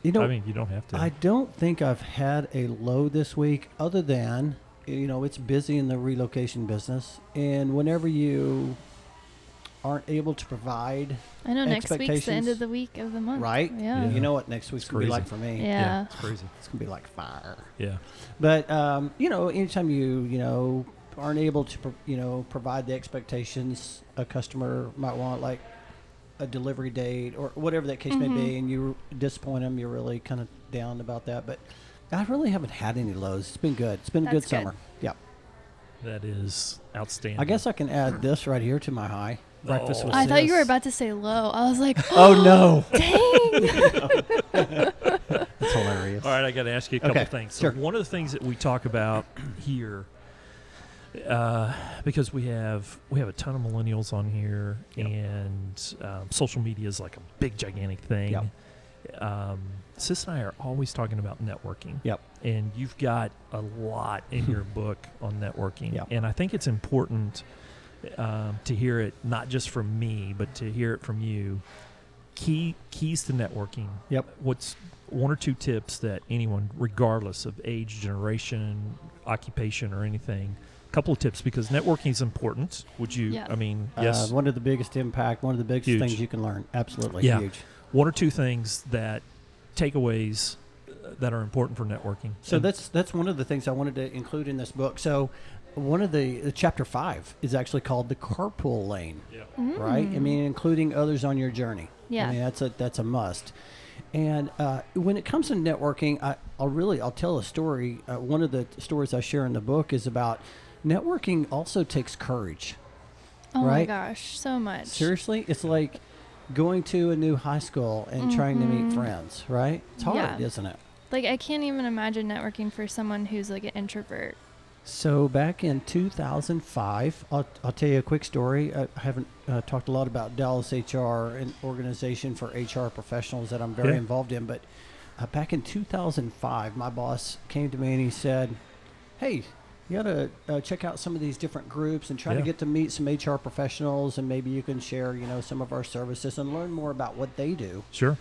You know, I mean, you don't have to. I don't think I've had a low this week other than, you know, it's busy in the relocation business. And whenever you aren't able to provide, I know next week's the end expectations. of the week of the month. right? Mm, Yeah. Yeah. You know what next week's It's going to be crazy. like for me? yeah. Yeah. It's crazy. It's going to be like fire. Yeah. But, um, you know, anytime you, you know, aren't able to, pro- you know, provide the expectations a customer might want, like a delivery date or whatever that case may Mm-hmm. be, and you disappoint them, you're really kind of down about that. But I really haven't had any lows. It's been good. It's been a good, That's good. summer. Yeah. That is outstanding. I guess I can add this right here to my high. breakfast Oh. with. I thought you were Sis. about to say low. I was like, Oh no! dang. That's hilarious. All right, I got to ask you a couple Okay, things. So sure. one of the things that we talk about here, uh, because we have we have a ton of millennials on here, Yep. and um, social media is like a big gigantic thing. Um, Sis and I are always talking about networking. Yep. And you've got a lot in your book on networking, Yep. and I think it's important um, to hear it not just from me, but to hear it from you. Key keys to networking. Yep. What's one or two tips that anyone, regardless of age, generation, occupation, or anything, a couple of tips because networking is important. Would you? Yeah. I mean, yes. Uh, one of the biggest impact, one of the biggest Huge. things you can learn. Absolutely Yeah. huge. one or two things that takeaways uh, that are important for networking. So And- that's that's one of the things I wanted to include in this book. So one of the uh, chapter five is actually called the carpool lane, right? I mean, including others on your journey. Hmm. Yeah. I mean, that's a that's a must. And uh, when it comes to networking, I, I'll really I'll tell a story. Uh, one of the t- stories I share in the book is about networking. Also takes courage. Oh my Right? gosh, so much. Seriously, it's like going to a new high school and trying to meet friends. Right? It's hard, Mm-hmm. Yeah. isn't it? Like I can't even imagine networking for someone who's like an introvert. So back in 2005, I'll, I'll tell you a quick story. I I haven't uh, talked a lot about Dallas HR, an organization for HR professionals that I'm very Yeah. involved in. But uh, back in 2005, my boss came to me and he said, "Hey, you got to uh, check out some of these different groups and try Yeah. to get to meet some HR professionals, and maybe you can share, you know, some of our services and learn more about what they do." sure.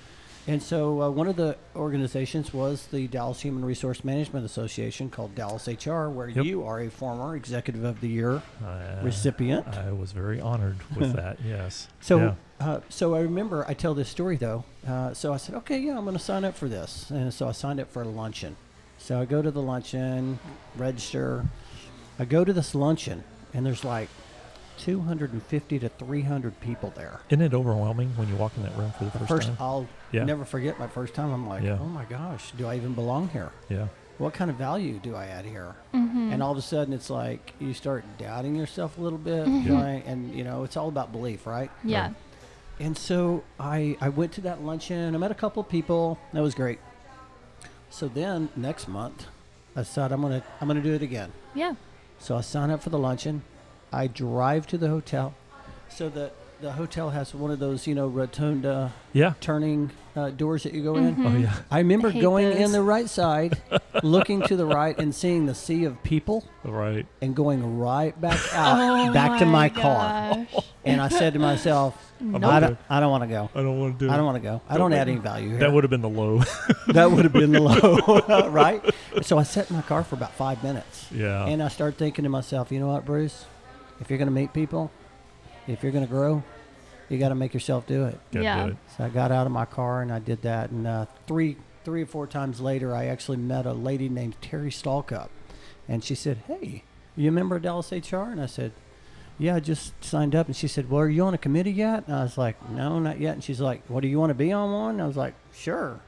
And so uh, one of the organizations was the Dallas Human Resource Management Association called Dallas HR, where Yep. you are a former Executive of the Year Uh, recipient. I was very honored with that. Yes. So, Yeah. uh, so I remember I tell this story though. Uh, so I said, okay, yeah, I'm going to sign up for this, and so I signed up for a luncheon. So I go to the luncheon, register. I go to this luncheon, and there's like 250 to 300 people there. Isn't it overwhelming when you walk in that room for the first, First, time? I'll Yeah. never forget my first time. I'm like, Yeah. oh my gosh, do I even belong here? yeah. what kind of value do I add here? And all of a sudden, it's like you start doubting yourself a little bit, right? and you know, it's all about belief, right? Yeah. And so I I went to that luncheon. I met a couple of people. That was great. So then next month, I said I'm gonna I'm gonna do it again. Yeah. So I sign up for the luncheon. I drive to the hotel. So the the hotel has one of those you know rotunda Yeah. turning uh, doors that you go in. Oh yeah. I remember I hate going those. in the right side, looking to the right, and seeing the sea of people, Right. and going right back out, Oh back to my car. gosh. And I said to myself, No. I don't, I don't want to go. I don't want to do. I don't want to go. I Don't don't add wait. any value here. That would have been the low. that would have been the low, right? So I sat in my car for about five minutes. Yeah. And um, I started thinking to myself, you know what, Bruce? If you're going to meet people, if you're going to grow, you got to make yourself do it. Gotta do Yeah. it. So I got out of my car and I did that. And uh, three, three or four times later, I actually met a lady named Terry Stalkup, and she said, "Hey, you a member of Dallas HR?" And I said, "Yeah, I just signed up." And she said, "Well, are you on a committee yet?" And I was like, "No, not yet." And she's like, "Well, do you want to be on one?" And I was like, "Sure."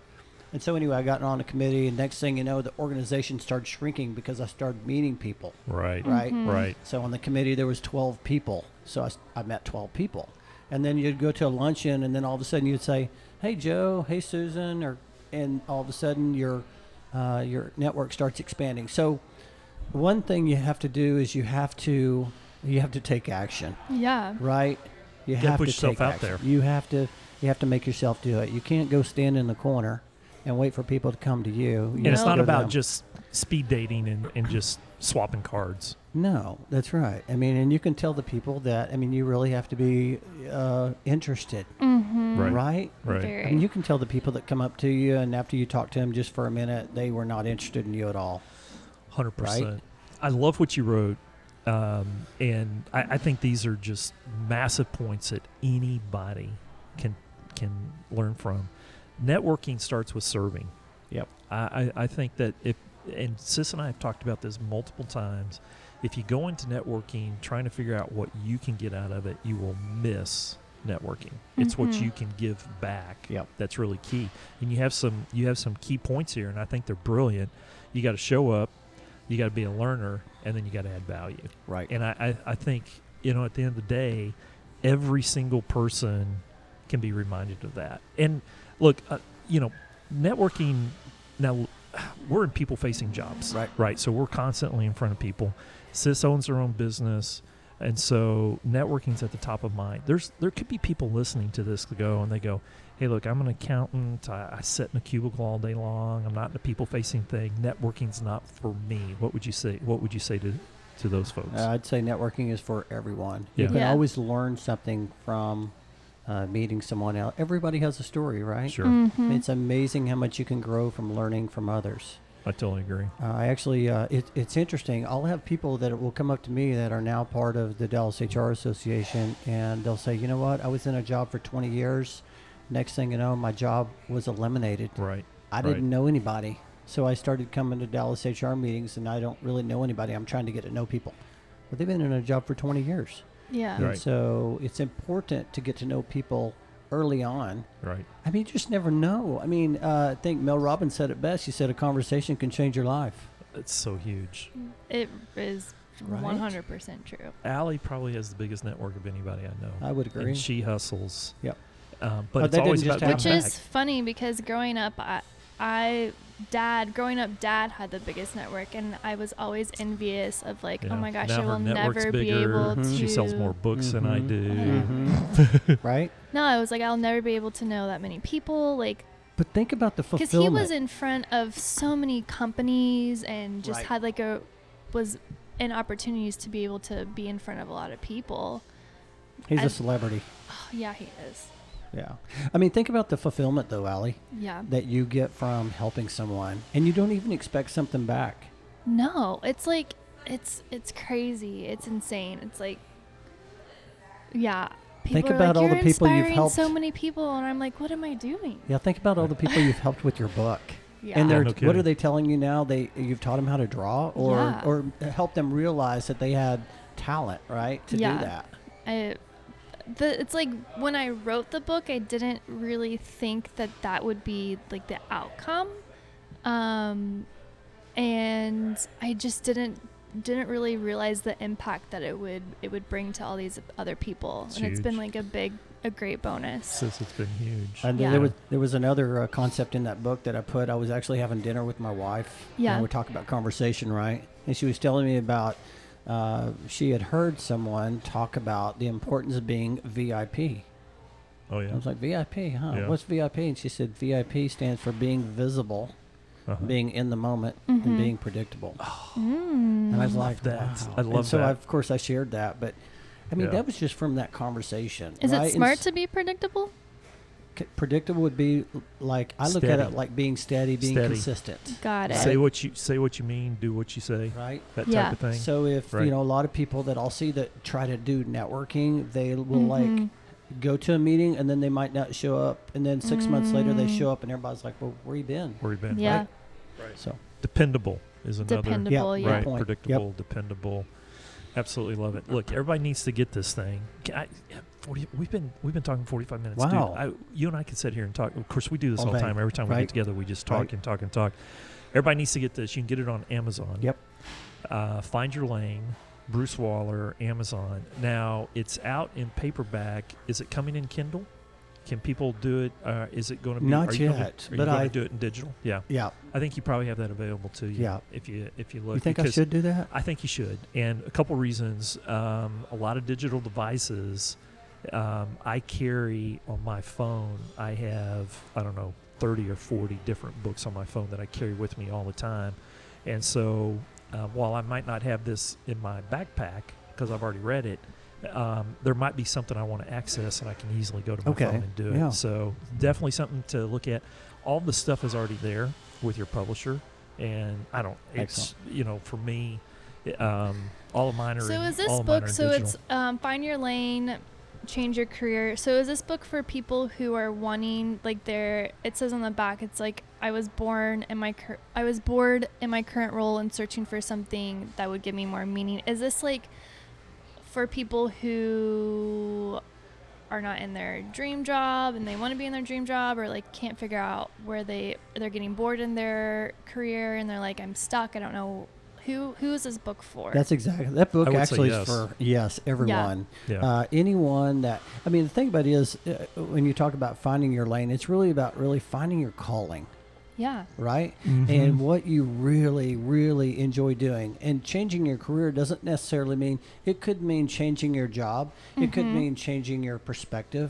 And so anyway, I got on a committee, and next thing you know, the organization started shrinking because I started meeting people, Right. right? Right. So on the committee, there was 12 people. So I, s- I met 12 people. And then you'd go to a luncheon, and then all of a sudden you'd say, "Hey Joe, hey Susan," or and all of a sudden your uh, your network starts expanding. So one thing you have to do is you have to you have to take action, Yeah. right? You gotta have put to yourself take out action. there. You have to you have to make yourself do it. You can't go stand in the corner and wait for people to come to you. And it's not about just just. speed dating and, and just swapping cards. No, that's right. I mean, and you can tell the people that, I mean, you really have to be uh, interested, Right. right? Right. Mm-hmm. Very. I mean, you can tell the people that come up to you, and after you talk to them just for a minute, they were not interested in you at all. Hundred percent. I love what you wrote, um, and I, I think these are just massive points that anybody can can learn from. Networking starts with serving. Yep. I, I, I think that if and Sis and I have talked about this multiple times. If you go into networking trying to figure out what you can get out of it, you will miss networking. It's what Mhm. you can give back Yep. that's really key. And you have some you have some key points here, and I think they're brilliant. You got to show up, you got to be a learner, and then you got to add value. Right. And I, I, I think you know at the end of the day, every single person can be reminded of that. And look, uh, you know, networking now we're in people facing jobs, Right. Right. So we're constantly in front of people. Sis owns her own business. And so networking's at the top of mind. There's there could be people listening to this to go and they go, "Hey, look, I'm an accountant. I, I sit in a cubicle all day long. I'm not in a people-facing thing. Networking's not for me." What would you say? What would you say to to those folks? Uh, I'd say networking is for everyone. You Yeah. can Yeah. always learn something from uh, meeting someone else. Everybody has a story, right? sure, Mhm. It's amazing how much you can grow from learning from others. I totally agree. Uh, I actually, uh, it, it's interesting. I'll have people that will come up to me that are now part of the Dallas HR Association, and they'll say, "You know what? I was in a job for 20 years. Next thing you know, my job was eliminated. Right. I Right. didn't know anybody, so I started coming to Dallas HR meetings, and I don't really know anybody. I'm trying to get to know people, but they've been in a job for 20 years, yeah. Right. and so it's important to get to know people early on." Right. I mean, you just never know. I mean, uh, I think Mel Robbins said it best. He said, "A conversation can change your life." It's so huge. It is Right? 100% true. Allie probably has the biggest network of anybody I know. I would agree. And she hustles. Yep. Um, But but it's that always didn't about just happen. Which giving back. is funny because growing up, I, I, dad, growing up, dad had the biggest network, and I was always envious of like, back. oh Yeah. my gosh, now I her will network's never be bigger. able to. Mhm. She sells more books than I Mhm. do. Yeah. Mhm. right? No, I was like, I'll never be able to know that many people, like, But think about the because he fulfillment. was in front of so many companies and just Right. had like a was and opportunities to be able to be in front of a lot of people. He's a I- celebrity. Oh, yeah, he is. Yeah. I mean, think about the fulfillment, though, Allie, Yeah. that you get from helping someone, and you don't even expect something back. No, it's like it's it's crazy. It's insane. It's like yeah. People Think are about like, all the "You're people you've inspiring helped." So many people, and I'm like, what am I doing? Yeah. Think about all the people you've helped with your book. Yeah. And Yeah, they're no what kidding. are they telling you now? They you've taught them how to draw, or Yeah. or help them realize that they had talent, right? To Yeah. do that. I, the, it's like when I wrote the book, I didn't really think that that would be like the outcome, um, and I just didn't didn't really realize the impact that it would it would bring to all these other people, It's and it's been huge. like a big a great bonus. Sis, it's been huge. And Yeah. there was there was another uh, concept in that book that I put. I was actually having dinner with my wife. Yeah. And we talk about conversation, right? And she was telling me about uh, she had heard someone talk about the importance of being VIP. oh I yeah. was like, VIP, huh? Yeah. What's VIP? And she said, VIP stands for being visible, Uh-huh. being in the moment, and Mhm. being predictable. Mm. And I was love like, that. wow. I and love so that. of course, I shared that, but. I mean, Yeah. that was just from that conversation. Is right? it And smart s- to be predictable? c- predictable would be l- like I look at Steady. it like being steady, being Steady. consistent, Got it. Say what you say what you mean, do what you say. right? That Yeah. type of thing. So if Right. you know a lot of people that I'll see that try to do networking, they will Mhm. like go to a meeting and then they might not show up, and then six months later they Mm. show up and everybody's like, "Well, where you been?" Where you been? yeah, Right? So Dependable is another dependable. Yeah. Yeah, right, point. Yep. predictable, dependable. Absolutely love it. Look, everybody needs to get this thing. Can I, yeah, 40, we've been we've been talking forty five minutes. Wow. Dude, I, you and I could sit here and talk. Of course, we do this All all the day, time. Every time we right? get together, we just talk Right. and talk and talk. Everybody needs to get this. You can get it on Amazon. Yep. Uh, Find your lane. Bruce Waller, Amazon. Now it's out in paperback. Is it coming in Kindle? Can people do it? Uh, is it going to be? Not are you Gonna, yet, be- are you but going I- to do it in digital? Yeah, yeah, I think you probably have that available to you. Yeah. If you if you look, you think I because- should do that? I think you should, and a couple reasons. Um, a lot of digital devices um, I carry on my phone. I have I don't know thirty or forty different books on my phone that I carry with me all the time, and so uh, while I might not have this in my backpack because I've already read it. Um, there might be something I want to access, and I can easily go to my Okay, phone and do it. yeah. So definitely something to look at. All the stuff is already there with your publisher, and I don't. It's you know for me, um, all of mine are. So in- is this all of mine are book? in So digital. it's um, find your lane, change your career. So is this book for people who are wanting like their? It says on the back, it's like I was born in my cur- I was bored in my current role and searching for something that would give me more meaning. Is this like for people who are not in their dream job and they want to be in their dream job or like can't figure out where they they're getting bored in their career and they're like I'm stuck I don't know Who who is this book for? That's exactly that book I would say actually yes. is for yes everyone. Yeah. Uh, anyone that I mean the thing about it is uh, when you talk about finding your lane, it's really about really finding your calling, yeah. right? Mm-hmm. And what you really really enjoy doing. And changing your career doesn't necessarily mean it could mean changing your job. It could mean changing your perspective.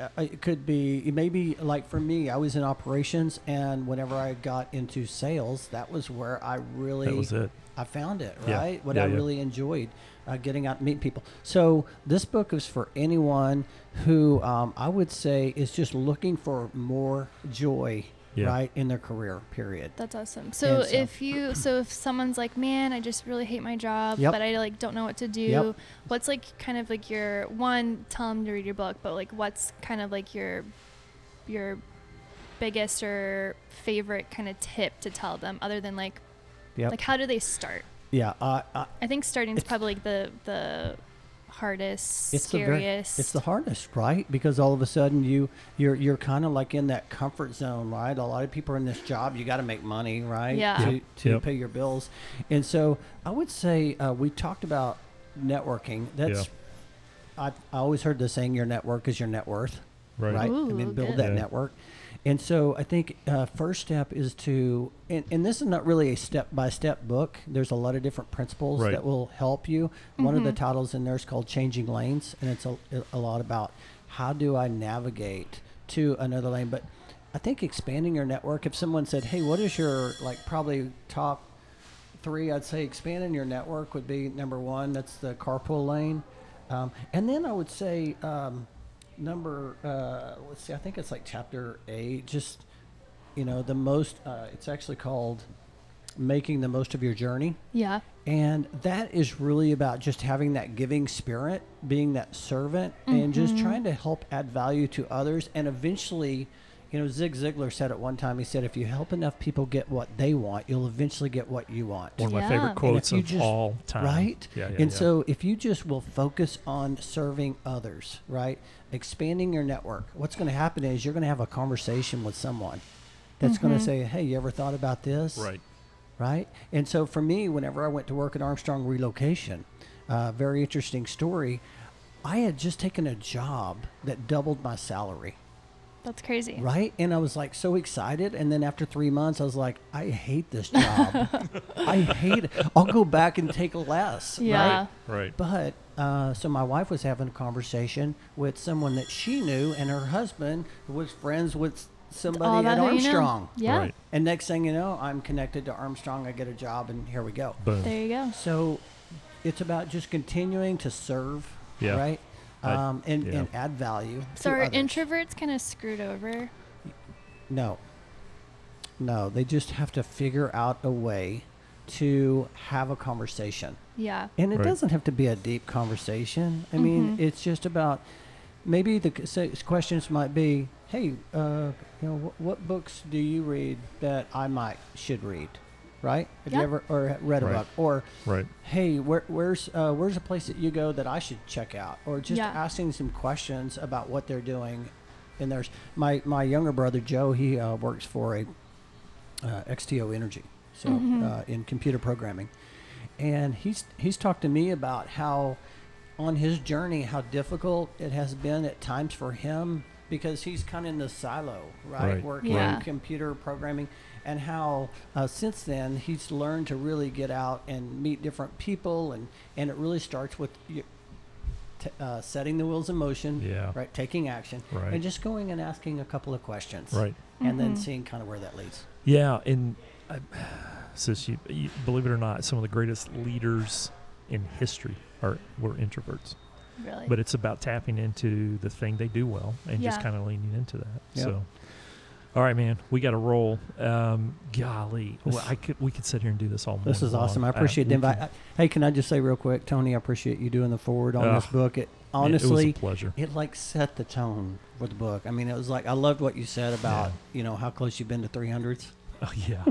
Uh, it could be maybe like for me, I was in operations, and whenever I got into sales, that was where I really that was it. I found it, Yeah. right? What Yeah, I yeah. really enjoyed uh, getting out and meeting people. So, this book is for anyone who um, I would say is just looking for more joy, Yeah. right, in their career, period. That's awesome. So so- if you so if someone's like, "Man, I just really hate my job, Yep. but I like don't know what to do." Yep. What's like kind of like your one tell them to read your book, but like what's kind of like your your biggest or favorite kind of tip to tell them other than like Yep. like how do they start? yeah. Uh, uh, I think starting is It's- probably like the the hardest, it's the very, scariest. it's the hardest, right? Because all of a sudden you you're you're kind of like in that comfort zone, right? A lot of people are in this job. You got to make money, right? Yeah. To, Yep. to Yep. pay your bills, and so I would say uh, we talked about networking. That's I, I always heard the saying, "Your network is your net worth." Right. right? Ooh, and then build good. that Yeah. network. And so I think uh, first step is to, and, and this is not really a step by step book. There's a lot of different principles Right. that will help you. One of the titles in there is called Changing Lanes, and it's a, a lot about how do I navigate to another lane. But I think expanding your network, if someone said, hey, what is your, like, probably top three, I'd say expanding your network would be number one. That's the carpool lane, um, and then I would say um, number. Uh, let's see, I think it's like chapter eight. Just you know, the most. Uh, it's actually called making the most of your journey. yeah. And that is really about just having that giving spirit, being that servant, and just trying to help add value to others. And eventually, you know, Zig Ziglar said at one time, he said, if you help enough people get what they want, you'll eventually get what you want. One of my Yeah. And favorite if quotes you of just- all time. Right? Yeah. yeah and yeah. so if you just will focus on serving others, right? Expanding your network, what's going to happen is you're going to have a conversation with someone that's going to say, hey, you ever thought about this? Right. right? And so for me, whenever I went to work at Armstrong Relocation, uh, very interesting story. I had just taken a job that doubled my salary, That's crazy. right? And I was like so excited. And then after three months, I was like, I hate this job. I hate it. I'll go back and take less, Yeah. right? Right. But uh, so my wife was having a conversation with someone that she knew, and her husband was friends with All somebody about at who you know. Armstrong. Yeah. Right. And next thing you know, I'm connected to Armstrong. I get a job, and here we go. Boom. There you go. So it's about just continuing to serve, Yeah. right? I- Um, and, yeah. and add value. So to are others. introverts kind of screwed over? No. No, they just have to figure out a way to have a conversation. Yeah. And it Right. doesn't have to be a deep conversation. I mean, it's just about maybe the c- say- questions might be, "Hey, uh, you know, wh- what books do you read that I might should read?" Right? Have Yeah. you ever or read a Right. book or Right. hey where, where's uh, where's a place that you go that i should check out or just Yeah. asking some questions about what they're doing and there's my my younger brother joe he uh, works for a uh, xto energy so uh, in computer programming and he's he's talked to me about how on his journey how difficult it has been at times for him because he's kind of in the silo right, Right, working Yeah. computer programming and how uh, since then he's learned to really get out and meet different people and and it really starts with y- t- uh, setting the wheels in motion Yeah. right taking action Right. and just going and asking a couple of questions Right. and Mm-hmm. then seeing kind of where that leads Yeah, and I, sis, you, you, believe it or not, some of the greatest leaders in history are were introverts. Really. But it's about tapping into the thing they do well and just Yeah. kind of leaning into that. Yep. So, all right, man, we got to roll. Um, golly, This- well, I could we could sit here and do this all. this morning is awesome i long. Uh, appreciate we the invite can- I- hey can i just say real quick tony i appreciate you doing the forward on this Ugh, book it man, honestly it was a pleasure. it like set the tone for the book. I mean, it was like I loved what you said about you know how close you've been to 300s. Oh, yeah,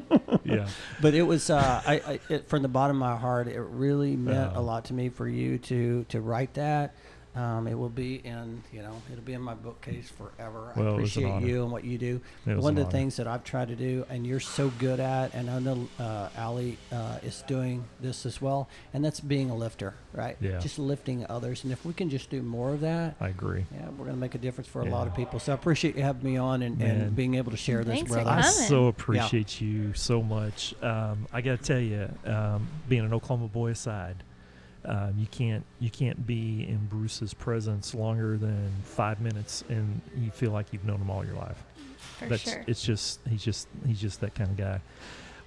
yeah, But it was uh, I, I it, from the bottom of my heart. It really meant Yeah. a lot to me for you to to write that. Um, it will be in, you know, it'll be in my bookcase forever. Well, it was I an appreciate honor. you and what you do. It was One an of the honor. things that I've tried to do, and you're so good at, and I know uh, Allie uh, is doing this as well, and that's being a lifter, right? Yeah. Just lifting others. And if we can just do more of that, I agree. yeah, we're going to make a difference for a lot of Yeah. people. So I appreciate you having me on and, Man. and being able to share this Thanks for with I coming. us. so appreciate you so much. Um, I got to tell you, um, being an Oklahoma boy aside, um, you can't you can't be in Bruce's presence longer than five minutes, and you feel like you've known him all your life. for That's sure. it's just he's just he's just that kind of guy.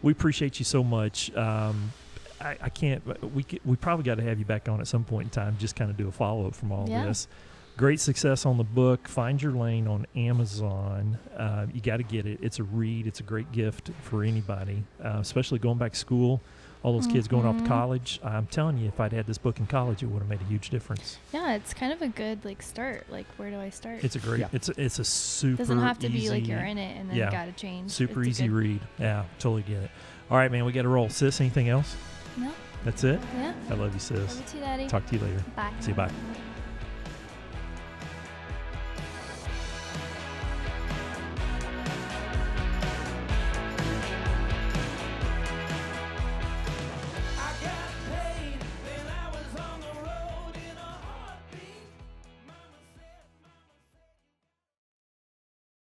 We appreciate you so much. Um, I, I can't. uh, We c- we probably got to have you back on at some point in time. Just kind of do a follow up from all Yeah. this. Great success on the book. Find your lane on Amazon. Uh, you got to get it. It's a read. It's a great gift for anybody, uh, especially going back to school. All those kids going off to Mhm. college. I'm telling you, if I'd had this book in college, it would have made a huge difference. Yeah, it's kind of a good like start. Like, where do I start? It's a great. Yeah. It's a, it's a super. doesn't have to be like easy- you're in it and then yeah. gotta change. Super It's a easy good- read. Yeah, totally get it. All right, man, we got to roll. Sis, anything else? No, That's it. yeah. I love you, Love sis. you too, Daddy. Talk to you later. Bye. See you. Bye.